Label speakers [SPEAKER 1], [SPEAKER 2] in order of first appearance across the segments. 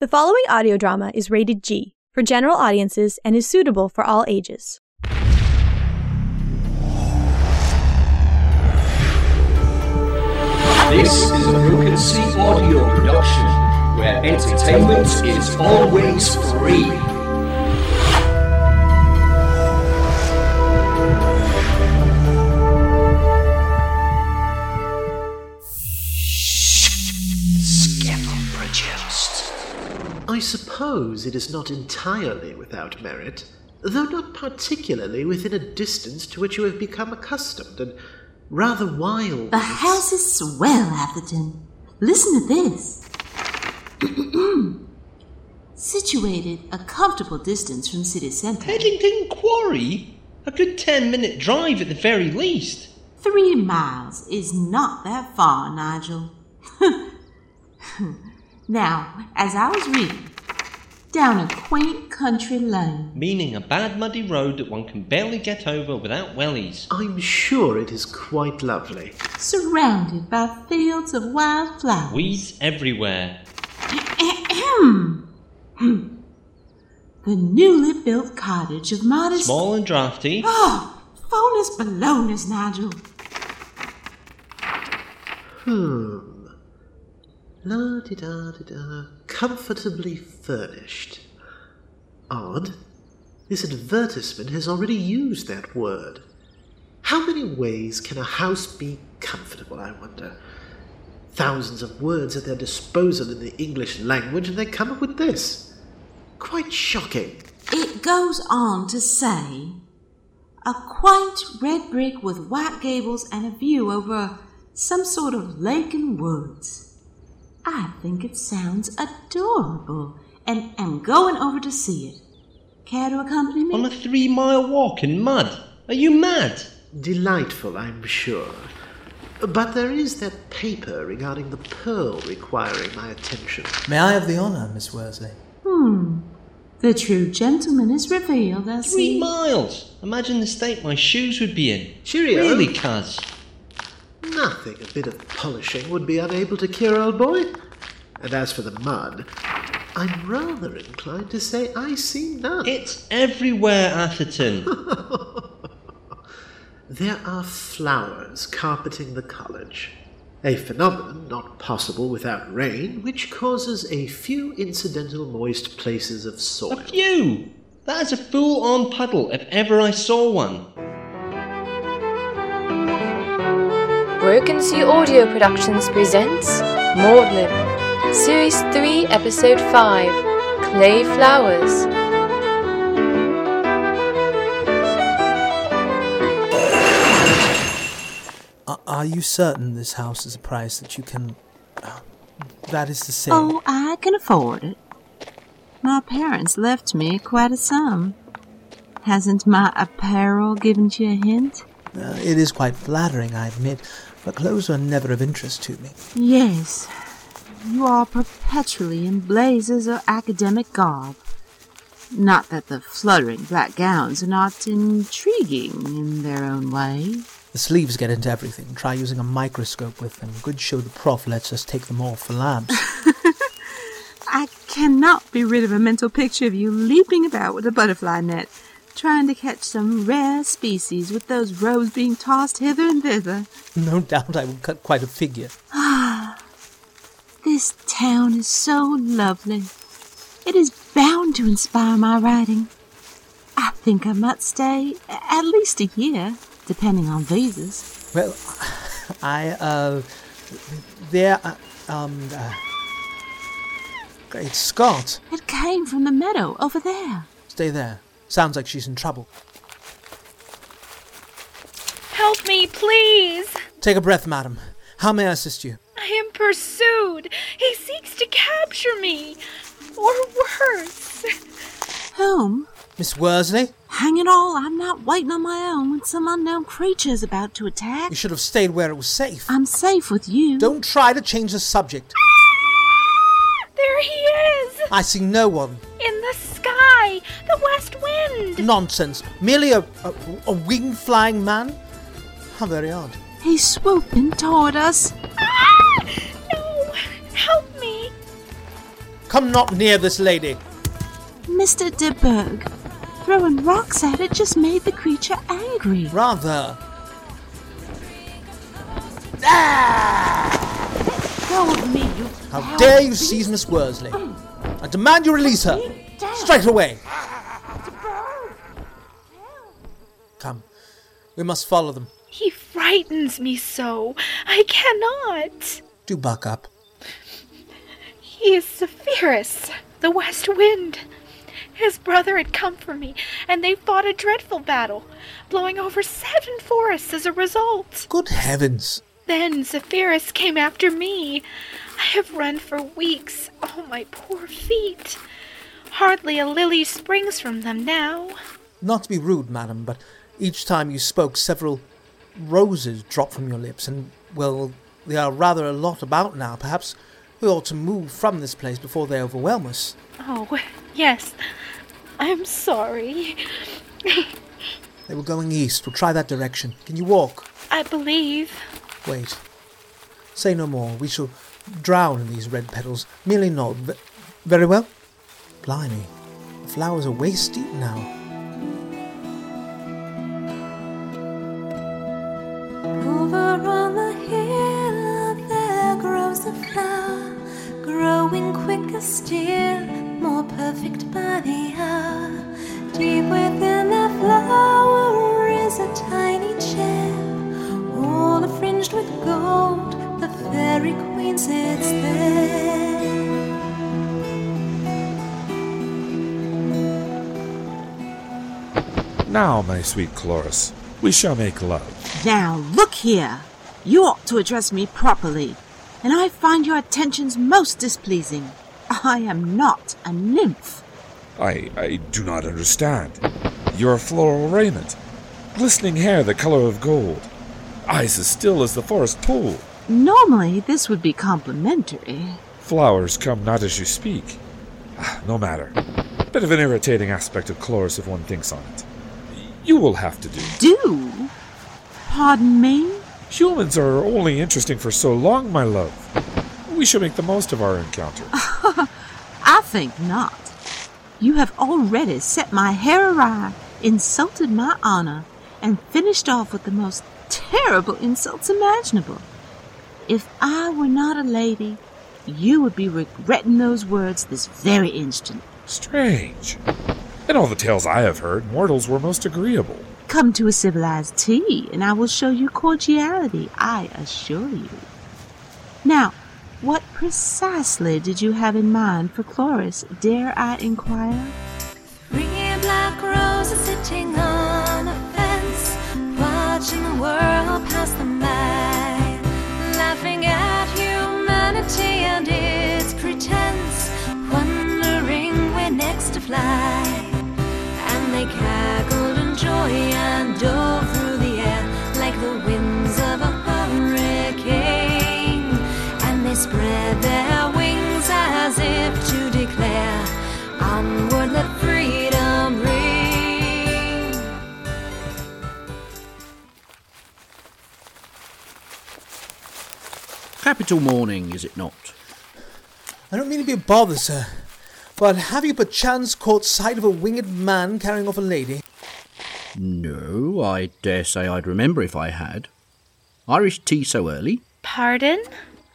[SPEAKER 1] The following audio drama is rated G for general audiences and is suitable for all ages.
[SPEAKER 2] This is a Broken Sea audio production where entertainment is always free.
[SPEAKER 3] Scaffold produced. I suppose it is not entirely without merit, though not particularly within a distance to which you have become accustomed and rather wild.
[SPEAKER 4] The house is swell, Atherton. Listen to this. Situated a comfortable distance from city centre,
[SPEAKER 5] Paddington Quarry? A good ten minute drive at the very least.
[SPEAKER 4] three miles is not that far, Nigel. now, as I was reading, down a quaint country lane,
[SPEAKER 5] Meaning a bad muddy road that one can barely get over without wellies.
[SPEAKER 3] I'm sure it is quite lovely.
[SPEAKER 4] surrounded by fields of wild flowers.
[SPEAKER 5] Weeds everywhere.
[SPEAKER 4] Ahem. Hmm. the newly built cottage of modest.
[SPEAKER 5] Small and drafty.
[SPEAKER 4] Oh, bonus balonus, Nigel.
[SPEAKER 3] Hmm. La di da di da. Comfortably furnished. Odd. This advertisement has already used that word. How many ways can a house be comfortable, I wonder? Thousands of words at their disposal in the English language, and they come up with this. Quite shocking.
[SPEAKER 4] It goes on to say a quaint red brick with white gables and a view over some sort of lake and woods. I think it sounds adorable and am going over to see it. Care to accompany me?
[SPEAKER 5] On a three mile walk in mud. Are you mad?
[SPEAKER 3] Delightful, I'm sure. But there is that paper regarding the pearl requiring my attention.
[SPEAKER 6] May I have the honour, Miss Worsley?
[SPEAKER 4] Hmm. The true gentleman is revealed as
[SPEAKER 5] Three
[SPEAKER 4] he-
[SPEAKER 5] miles. Imagine the state my shoes would be in.
[SPEAKER 3] Cheerio.
[SPEAKER 5] Really, cuz.
[SPEAKER 3] Nothing a bit of polishing would be unable to cure, old boy. And as for the mud, I'm rather inclined to say I see none.
[SPEAKER 5] It's everywhere, Atherton.
[SPEAKER 3] There are flowers carpeting the college, a phenomenon not possible without rain, which causes a few incidental moist places of
[SPEAKER 5] a
[SPEAKER 3] soil.
[SPEAKER 5] few. That is a full on puddle if ever I saw one.
[SPEAKER 7] Broken Sea Audio Productions presents Maudlin, Series 3, Episode 5 Clay Flowers.
[SPEAKER 6] Are, are you certain this house is a price that you can. uh, That is to say.
[SPEAKER 4] Oh, I can afford it. My parents left me quite a sum. Hasn't my apparel given you a hint?
[SPEAKER 6] Uh, it is quite flattering, I admit, but clothes are never of interest to me.
[SPEAKER 4] Yes. You are perpetually in blazers or academic garb. Not that the fluttering black gowns are not intriguing in their own way.
[SPEAKER 6] The sleeves get into everything. Try using a microscope with them. Good show the prof lets us take them off for labs.
[SPEAKER 4] I cannot be rid of a mental picture of you leaping about with a butterfly net, trying to catch some rare species with those rows being tossed hither and thither.
[SPEAKER 6] no doubt I will cut quite a figure.
[SPEAKER 4] Ah, This town is so lovely. It is bound to inspire my writing. I think I might stay a- at least a year, depending on visas.
[SPEAKER 6] Well, I, uh. There. Uh, um. Uh, great Scott!
[SPEAKER 4] It came from the meadow over there.
[SPEAKER 6] Stay there. Sounds like she's in trouble.
[SPEAKER 8] Help me, please!
[SPEAKER 6] Take a breath, madam. How may I assist you?
[SPEAKER 8] I am pursued. He seeks to capture me. Or worse.
[SPEAKER 4] Whom?
[SPEAKER 6] Miss Worsley?
[SPEAKER 4] Hang it all, I'm not waiting on my own when some unknown creature is about to attack.
[SPEAKER 6] You should have stayed where it was safe.
[SPEAKER 4] I'm safe with you.
[SPEAKER 6] Don't try to change the subject.
[SPEAKER 8] There he is!
[SPEAKER 6] I see no one.
[SPEAKER 8] In the sky! The west wind!
[SPEAKER 6] Nonsense. Merely a, a, a wing flying man? How very odd.
[SPEAKER 4] He's swooping toward us.
[SPEAKER 8] Ah! No! Help me!
[SPEAKER 6] Come not near this lady.
[SPEAKER 4] Mr. DeBerg, throwing rocks at it just made the creature angry.
[SPEAKER 6] Rather.
[SPEAKER 4] Go with me, you
[SPEAKER 6] How
[SPEAKER 4] foul
[SPEAKER 6] dare you
[SPEAKER 4] beast.
[SPEAKER 6] seize Miss Worsley? I demand you release her. Straight away. Come. We must follow them.
[SPEAKER 8] He frightens me so. I cannot.
[SPEAKER 6] Do buck up.
[SPEAKER 8] He is Zephyrus, the west wind. His brother had come for me, and they fought a dreadful battle, blowing over seven forests as a result.
[SPEAKER 6] Good heavens.
[SPEAKER 8] Then Zephyrus came after me. I have run for weeks. Oh, my poor feet. Hardly a lily springs from them now.
[SPEAKER 6] Not to be rude, madam, but each time you spoke, several roses dropped from your lips, and, well, there are rather a lot about now. Perhaps we ought to move from this place before they overwhelm us.
[SPEAKER 8] Oh, yes. I'm sorry.
[SPEAKER 6] They were going east. We'll try that direction. Can you walk?
[SPEAKER 8] I believe.
[SPEAKER 6] Wait. Say no more. We shall drown in these red petals. Merely nod. Ve- Very well? Blimey. The flowers are waist deep now.
[SPEAKER 9] Over on the hill there grows a flower, growing quicker still, more perfect by the hour. Deep within the flower is a tiny gem, all fringed with gold. The fairy queen sits there.
[SPEAKER 10] Now, my sweet Chloris, we shall make love.
[SPEAKER 4] Now, look here. You ought to address me properly, and I find your attentions most displeasing. I am not a nymph.
[SPEAKER 10] I, I do not understand. Your floral raiment, glistening hair the color of gold, eyes as still as the forest pool.
[SPEAKER 4] Normally, this would be complimentary.
[SPEAKER 10] Flowers come not as you speak. Ah, No matter. Bit of an irritating aspect of Chloris if one thinks on it. You will have to do.
[SPEAKER 4] Do? Pardon me?
[SPEAKER 10] Humans are only interesting for so long, my love. We shall make the most of our encounter.
[SPEAKER 4] I think not. You have already set my hair awry, insulted my honor, and finished off with the most terrible insults imaginable. If I were not a lady, you would be regretting those words this very instant.
[SPEAKER 10] Strange. In all the tales I have heard, mortals were most agreeable.
[SPEAKER 4] Come to a civilized tea, and I will show you cordiality, I assure you. Now, what precisely did you have in mind for Chloris, dare I inquire?
[SPEAKER 9] Three black roses sitting on a fence, watching the world pass them by, laughing at humanity and its pretense, wondering where next to fly. And they cackled in joy and dove through the air like the winds of a hurricane. And they spread their wings as if to declare, Onward, let freedom ring.
[SPEAKER 11] Capital morning, is it not?
[SPEAKER 6] I don't mean to be a bother, sir, but have you perchance caught sight of a winged man carrying off a lady?
[SPEAKER 11] No, I dare say I'd remember if I had. Irish tea so early?
[SPEAKER 8] Pardon?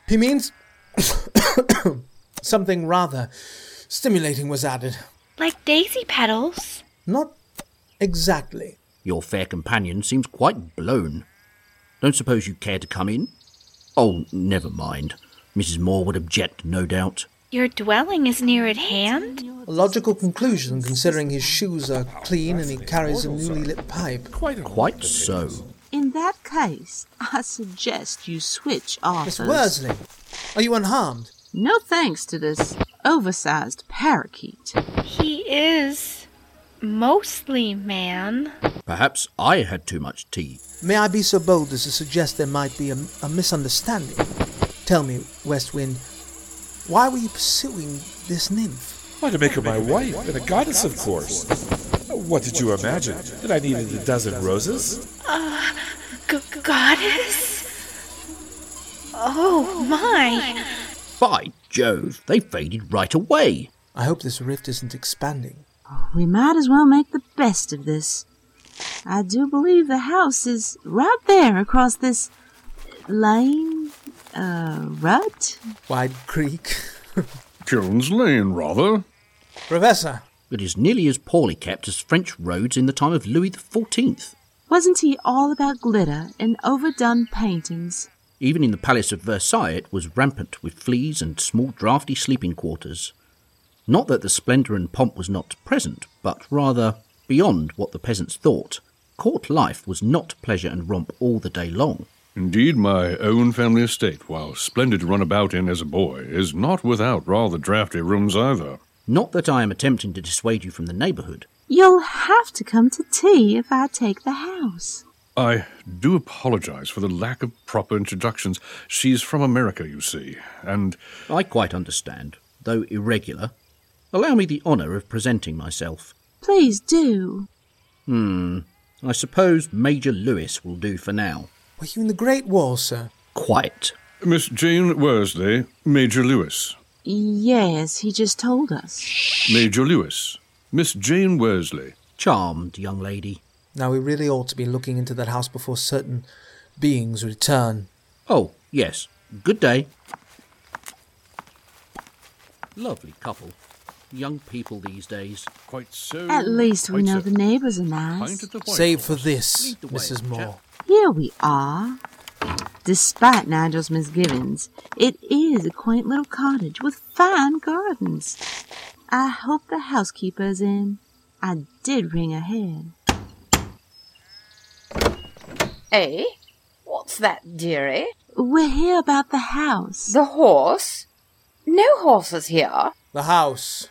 [SPEAKER 6] He means. Something rather stimulating was added.
[SPEAKER 8] Like daisy petals?
[SPEAKER 6] Not exactly.
[SPEAKER 11] Your fair companion seems quite blown. Don't suppose you care to come in? Oh, never mind. Mrs. Moore would object, no doubt.
[SPEAKER 8] Your dwelling is near at hand?
[SPEAKER 6] A logical conclusion considering his shoes are clean and he carries a newly lit pipe.
[SPEAKER 10] Quite,
[SPEAKER 11] Quite so.
[SPEAKER 4] In that case, I suggest you switch
[SPEAKER 6] Miss
[SPEAKER 4] authors.
[SPEAKER 6] Worsley, are you unharmed?
[SPEAKER 4] No thanks to this oversized parakeet.
[SPEAKER 8] He is mostly man.
[SPEAKER 11] Perhaps I had too much tea.
[SPEAKER 6] May I be so bold as to suggest there might be a, a misunderstanding? Tell me, West Wind, why were you pursuing this nymph?
[SPEAKER 10] Why to make her my wife and a goddess, of course. What did you imagine? That I needed a dozen roses?
[SPEAKER 8] Ah, G- goddess? Oh my!
[SPEAKER 11] By Jove, they faded right away.
[SPEAKER 6] I hope this rift isn't expanding.
[SPEAKER 4] We might as well make the best of this. I do believe the house is right there across this lane, uh, rut?
[SPEAKER 6] Wide creek.
[SPEAKER 11] Kilns Lane, rather.
[SPEAKER 6] Professor.
[SPEAKER 11] It is nearly as poorly kept as French roads in the time of Louis the Fourteenth.
[SPEAKER 4] Wasn't he all about glitter and overdone paintings?
[SPEAKER 11] Even in the Palace of Versailles, it was rampant with fleas and small draughty sleeping quarters. Not that the splendour and pomp was not present, but rather beyond what the peasants thought. Court life was not pleasure and romp all the day long.
[SPEAKER 12] Indeed, my own family estate, while splendid to run about in as a boy, is not without rather draughty rooms either.
[SPEAKER 11] Not that I am attempting to dissuade you from the neighbourhood.
[SPEAKER 4] You'll have to come to tea if I take the house.
[SPEAKER 12] I do apologize for the lack of proper introductions. She's from America, you see, and.
[SPEAKER 11] I quite understand, though irregular. Allow me the honour of presenting myself.
[SPEAKER 4] Please do.
[SPEAKER 11] Hmm. I suppose Major Lewis will do for now.
[SPEAKER 6] Were you in the Great War, sir?
[SPEAKER 11] Quite.
[SPEAKER 12] Miss Jane Worsley, Major Lewis.
[SPEAKER 4] Yes, he just told us.
[SPEAKER 12] Major Lewis. Miss Jane Worsley.
[SPEAKER 11] Charmed, young lady.
[SPEAKER 6] Now we really ought to be looking into that house before certain beings return.
[SPEAKER 11] Oh, yes. Good day. Lovely couple. Young people these days.
[SPEAKER 12] Quite so.
[SPEAKER 4] At least we know the neighbors are nice.
[SPEAKER 6] Save for this, Mrs. Moore.
[SPEAKER 4] Here we are. Despite Nigel's misgivings, it is a quaint little cottage with fine gardens. I hope the housekeeper is in. I did ring ahead.
[SPEAKER 13] Eh? What's that, dearie?
[SPEAKER 4] We're here about the house.
[SPEAKER 13] The horse? No horses here.
[SPEAKER 6] The house.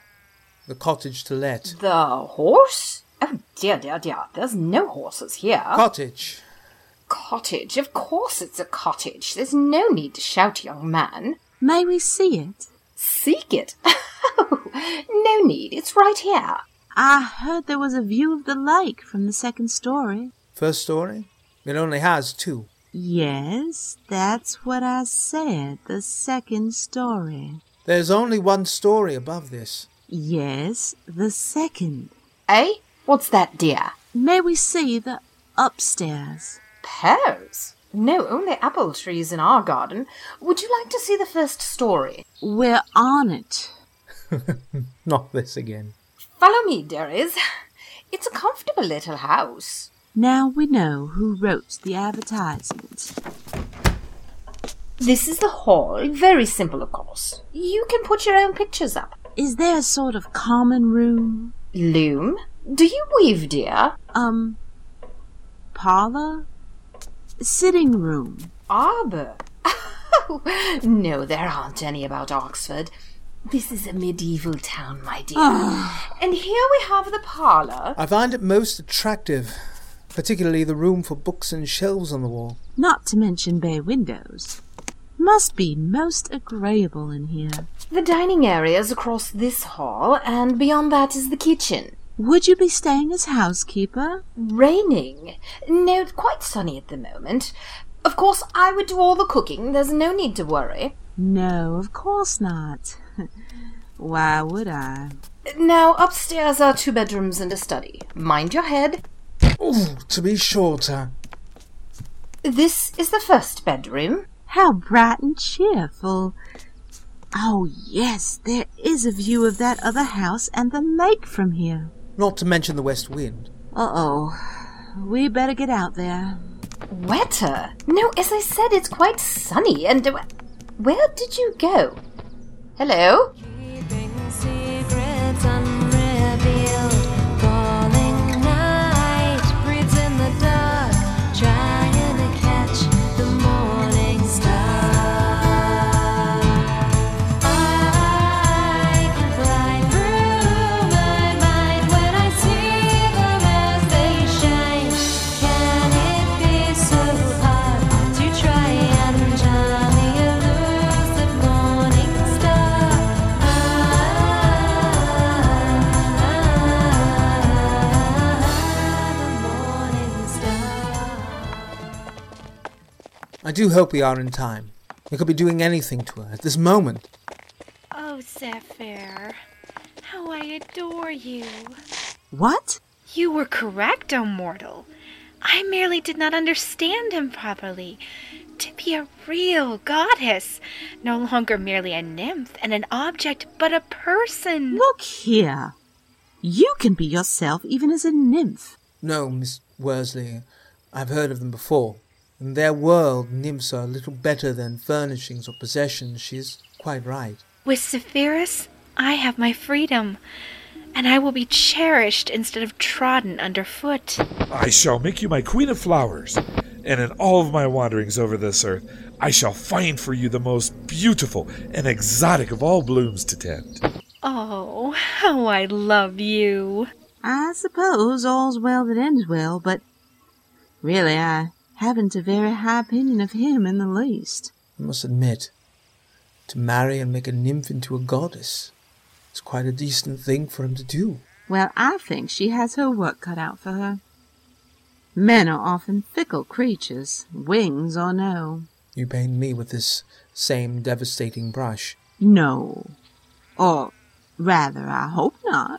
[SPEAKER 6] The cottage to let.
[SPEAKER 13] The horse? Oh, dear, dear, dear. There's no horses here.
[SPEAKER 6] Cottage.
[SPEAKER 13] Cottage? Of course it's a cottage. There's no need to shout, young man.
[SPEAKER 4] May we see it?
[SPEAKER 13] Seek it? Oh, no need. It's right here.
[SPEAKER 4] I heard there was a view of the lake from the second story.
[SPEAKER 6] First story? It only has two.
[SPEAKER 4] Yes, that's what I said. The second story.
[SPEAKER 6] There's only one story above this.
[SPEAKER 4] Yes, the second.
[SPEAKER 13] Eh? What's that, dear?
[SPEAKER 4] May we see the upstairs?
[SPEAKER 13] Pears? No, only apple trees in our garden. Would you like to see the first story?
[SPEAKER 4] We're on it.
[SPEAKER 6] Not this again.
[SPEAKER 13] Follow me, dearies. It's a comfortable little house.
[SPEAKER 4] Now we know who wrote the advertisement.
[SPEAKER 13] This is the hall. Very simple, of course. You can put your own pictures up.
[SPEAKER 4] Is there a sort of common room?
[SPEAKER 13] Loom? Do you weave, dear?
[SPEAKER 4] Um, parlor? Sitting room.
[SPEAKER 13] Arbor? Oh, no, there aren't any about Oxford. This is a medieval town, my dear.
[SPEAKER 4] Ah.
[SPEAKER 13] and here we have the parlor.
[SPEAKER 6] I find it most attractive, particularly the room for books and shelves on the wall.
[SPEAKER 4] Not to mention bay windows. Must be most agreeable in here.
[SPEAKER 13] The dining area is across this hall, and beyond that is the kitchen.
[SPEAKER 4] Would you be staying as housekeeper?
[SPEAKER 13] Raining. No, it's quite sunny at the moment. Of course, I would do all the cooking. There's no need to worry.
[SPEAKER 4] No, of course not. Why would I?
[SPEAKER 13] Now, upstairs are two bedrooms and a study. Mind your head.
[SPEAKER 6] Oh, to be shorter.
[SPEAKER 13] This is the first bedroom.
[SPEAKER 4] How bright and cheerful. Oh, yes, there is a view of that other house and the lake from here.
[SPEAKER 6] Not to mention the west wind.
[SPEAKER 4] Uh oh. We better get out there.
[SPEAKER 13] Wetter? No, as I said, it's quite sunny and. uh, Where did you go? Hello?
[SPEAKER 9] Secrets unrevealed, falling night breeds in the dark, trying to catch the morning star. I can fly through my mind when I see them as they shine. Can it be so hard to try and shine the elusive morning star?
[SPEAKER 6] I do hope we are in time. We could be doing anything to her at this moment.
[SPEAKER 8] Oh, Zephyr, how I adore you.
[SPEAKER 4] What?
[SPEAKER 8] You were correct, O mortal. I merely did not understand him properly. To be a real goddess, no longer merely a nymph and an object, but a person.
[SPEAKER 4] Look Here. You can be yourself even as a nymph.
[SPEAKER 6] No, Miss Worsley, I've heard of them before. In their world, nymphs are little better than furnishings or possessions. She's quite right.
[SPEAKER 8] With Zephyrus, I have my freedom, and I will be cherished instead of trodden underfoot.
[SPEAKER 10] I shall make you my queen of flowers, and in all of my wanderings over this earth, I shall find for you the most beautiful and exotic of all blooms to tend.
[SPEAKER 8] Oh, how I love you.
[SPEAKER 4] I suppose all's well that ends well, but really I haven't a very high opinion of him in the least.
[SPEAKER 6] I must admit, to marry and make a nymph into a goddess is quite a decent thing for him to do.
[SPEAKER 4] Well, I think she has her work cut out for her. Men are often fickle creatures, wings or no.
[SPEAKER 6] You paint me with this same devastating brush.
[SPEAKER 4] No. Or rather, I hope not.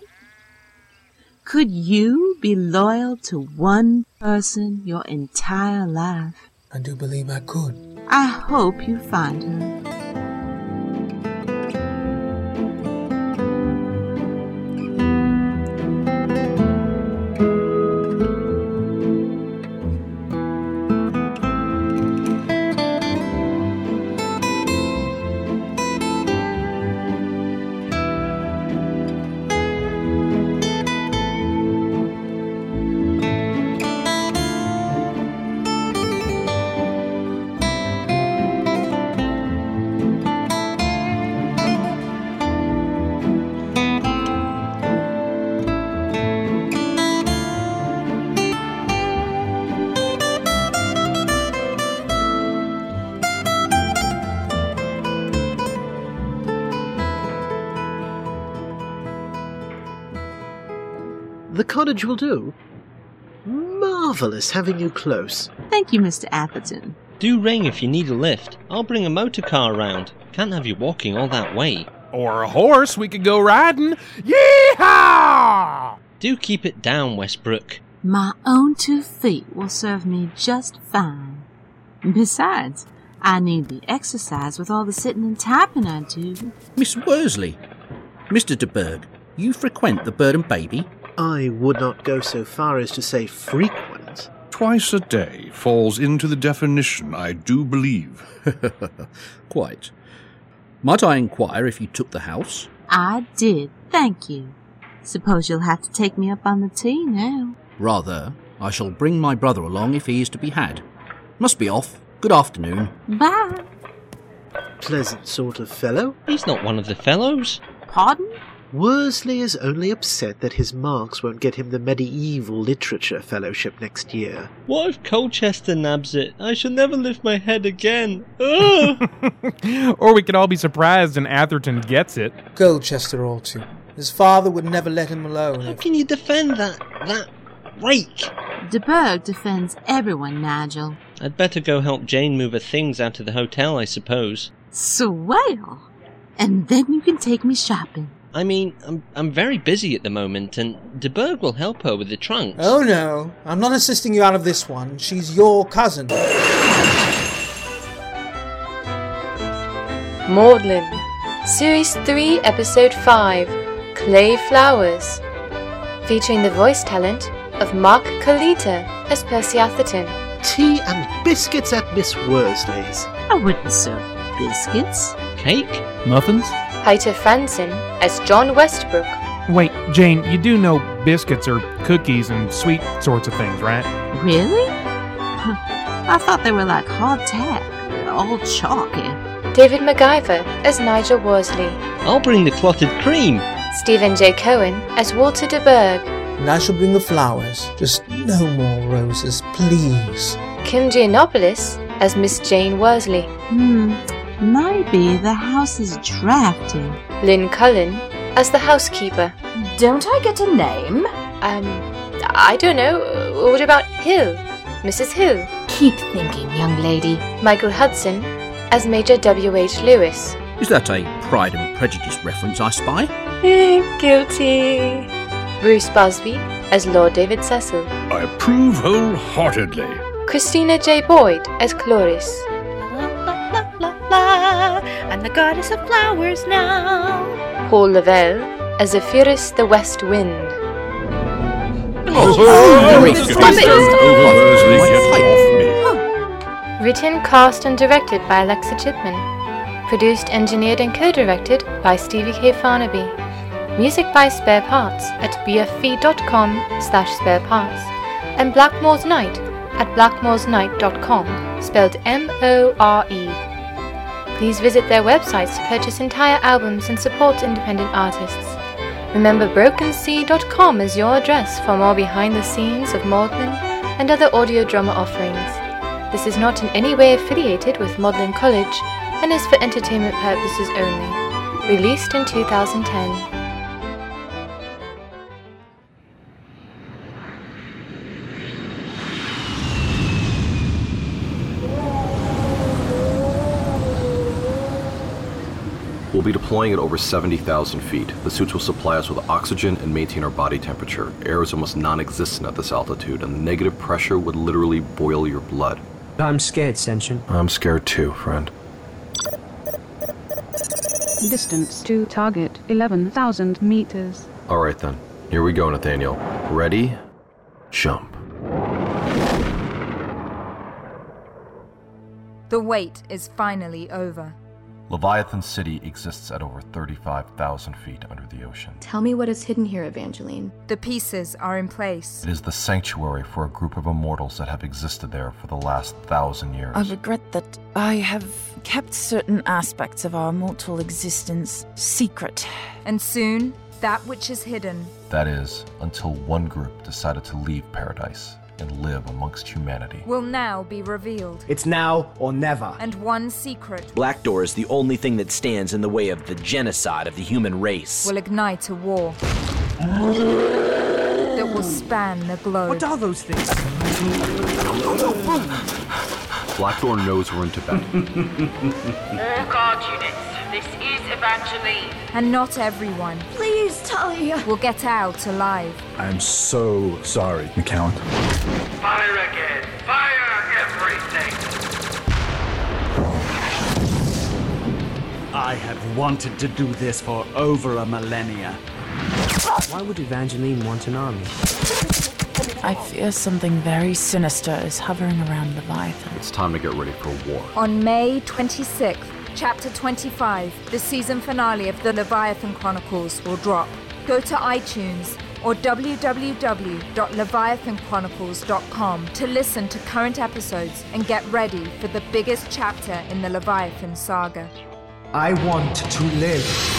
[SPEAKER 4] Could you be loyal to one person your entire life?
[SPEAKER 6] I do believe I could.
[SPEAKER 4] I hope you find her.
[SPEAKER 3] The cottage will do. Marvellous having you close.
[SPEAKER 4] Thank you, Mr. Atherton.
[SPEAKER 5] Do ring if you need a lift. I'll bring a motor car round. Can't have you walking all that way.
[SPEAKER 14] Or a horse we could go riding. Yeehaw!
[SPEAKER 5] Do keep it down, Westbrook.
[SPEAKER 4] My own two feet will serve me just fine. Besides, I need the exercise with all the sitting and typing I do.
[SPEAKER 11] Miss Worsley, Mr. De Berg, you frequent the Bird and Baby?
[SPEAKER 3] I would not go so far as to say frequent.
[SPEAKER 12] Twice a day falls into the definition, I do believe.
[SPEAKER 11] Quite. Might I inquire if you took the house?
[SPEAKER 4] I did, thank you. Suppose you'll have to take me up on the tea now.
[SPEAKER 11] Rather, I shall bring my brother along if he is to be had. Must be off. Good afternoon.
[SPEAKER 4] Bye.
[SPEAKER 3] Pleasant sort of fellow.
[SPEAKER 5] He's not one of the fellows.
[SPEAKER 4] Pardon?
[SPEAKER 3] Worsley is only upset that his marks won't get him the Medieval Literature Fellowship next year.
[SPEAKER 5] What if Colchester nabs it? I shall never lift my head again. Ugh!
[SPEAKER 14] Or we could all be surprised and Atherton gets it.
[SPEAKER 6] Colchester ought to. His father would never let him alone. How
[SPEAKER 5] can you defend that? That rake!
[SPEAKER 4] De Berg defends everyone, Nigel.
[SPEAKER 5] I'd better go help Jane move her things out of the hotel, I suppose.
[SPEAKER 4] Swell! And then you can take me shopping.
[SPEAKER 5] I mean, I'm, I'm very busy at the moment, and De Berg will help her with the trunks.
[SPEAKER 6] Oh no, I'm not assisting you out of this one. She's your cousin.
[SPEAKER 7] Maudlin, Series 3, Episode 5 Clay Flowers, featuring the voice talent of Mark Kalita as Percy Atherton.
[SPEAKER 3] Tea and biscuits at Miss Worsley's.
[SPEAKER 4] I wouldn't serve biscuits.
[SPEAKER 5] Cake?
[SPEAKER 14] Muffins?
[SPEAKER 7] Peter Franson as John Westbrook.
[SPEAKER 14] Wait, Jane, you do know biscuits are cookies and sweet sorts of things, right?
[SPEAKER 4] Really? Huh. I thought they were like hardtack, all chalky.
[SPEAKER 7] David MacGyver as Nigel Worsley.
[SPEAKER 5] I'll bring the clotted cream.
[SPEAKER 7] Stephen J. Cohen as Walter de Berg.
[SPEAKER 6] And I shall bring the flowers. Just no more roses, please.
[SPEAKER 7] Kim Giannopoulos as Miss Jane Worsley.
[SPEAKER 4] Hmm, maybe the house is drafty.
[SPEAKER 7] Lynn Cullen as the housekeeper.
[SPEAKER 13] Don't I get a name?
[SPEAKER 7] Um, I don't know. Uh, What about Hill? Mrs. Hill.
[SPEAKER 13] Keep thinking, young lady.
[SPEAKER 7] Michael Hudson as Major W.H. Lewis.
[SPEAKER 11] Is that a Pride and Prejudice reference, I spy.
[SPEAKER 13] Eh,
[SPEAKER 7] Guilty. Bruce Busby as Lord David Cecil.
[SPEAKER 12] I approve wholeheartedly.
[SPEAKER 7] Christina J. Boyd as Chloris.
[SPEAKER 8] La, I'm the goddess of flowers now.
[SPEAKER 7] Paul Lavelle as Zephyrus the West Wind.
[SPEAKER 12] Stop it!
[SPEAKER 7] Written, cast, and directed by Alexa Chipman. Produced, engineered, and co directed by Stevie K. Farnaby. Music by Spare Parts at bfv.com slash spare parts and Blackmore's Night at blackmoresnight.com spelled M O R E. Please visit their websites to purchase entire albums and support independent artists. Remember brokensea.com is your address for more behind the scenes of Maudlin and other audio drama offerings. This is not in any way affiliated with Maudlin College and is for entertainment purposes only. Released in 2010.
[SPEAKER 15] We'll be deploying at over 70,000 feet. The suits will supply us with oxygen and maintain our body temperature. Air is almost non existent at this altitude, and the negative pressure would literally boil your blood.
[SPEAKER 16] I'm scared, Senshin.
[SPEAKER 15] I'm scared too, friend.
[SPEAKER 17] Distance to target 11,000 meters.
[SPEAKER 15] Alright then. Here we go, Nathaniel. Ready? Jump.
[SPEAKER 18] The wait is finally over.
[SPEAKER 15] Leviathan City exists at over 35,000 feet under the ocean.
[SPEAKER 19] Tell me what is hidden here, Evangeline.
[SPEAKER 18] The pieces are in place.
[SPEAKER 15] It is the sanctuary for a group of immortals that have existed there for the last thousand years.
[SPEAKER 18] Uh.
[SPEAKER 20] I regret that I have kept certain aspects of our mortal existence secret.
[SPEAKER 18] And soon, that which is hidden.
[SPEAKER 15] That is, until one group decided to leave paradise and live amongst humanity.
[SPEAKER 18] Will now be revealed,
[SPEAKER 16] It's now or never.
[SPEAKER 18] and one secret
[SPEAKER 21] Blackdoor is the only thing that stands in the way of the genocide of the human race.
[SPEAKER 18] will ignite a war that will span the globe. What are
[SPEAKER 16] those things?
[SPEAKER 15] Blackthorn knows we're in Tibet.
[SPEAKER 22] All guard units, this is Evangeline.
[SPEAKER 18] And not everyone. Please, Talia. Will get out alive.
[SPEAKER 23] I'm so sorry, McCowan.
[SPEAKER 22] Fire again! Fire everything!
[SPEAKER 16] I have wanted to do this for over a millennia.
[SPEAKER 20] Why would Evangeline want an army? I fear something very sinister is hovering around Leviathan.
[SPEAKER 15] it's time to get ready for war.
[SPEAKER 18] On May 26th, Chapter 25, the season finale of the Leviathan Chronicles will drop. Go to iTunes or www.leviathanchronicles.com to listen to current episodes and get ready for the biggest chapter in the Leviathan saga.
[SPEAKER 16] I want to live.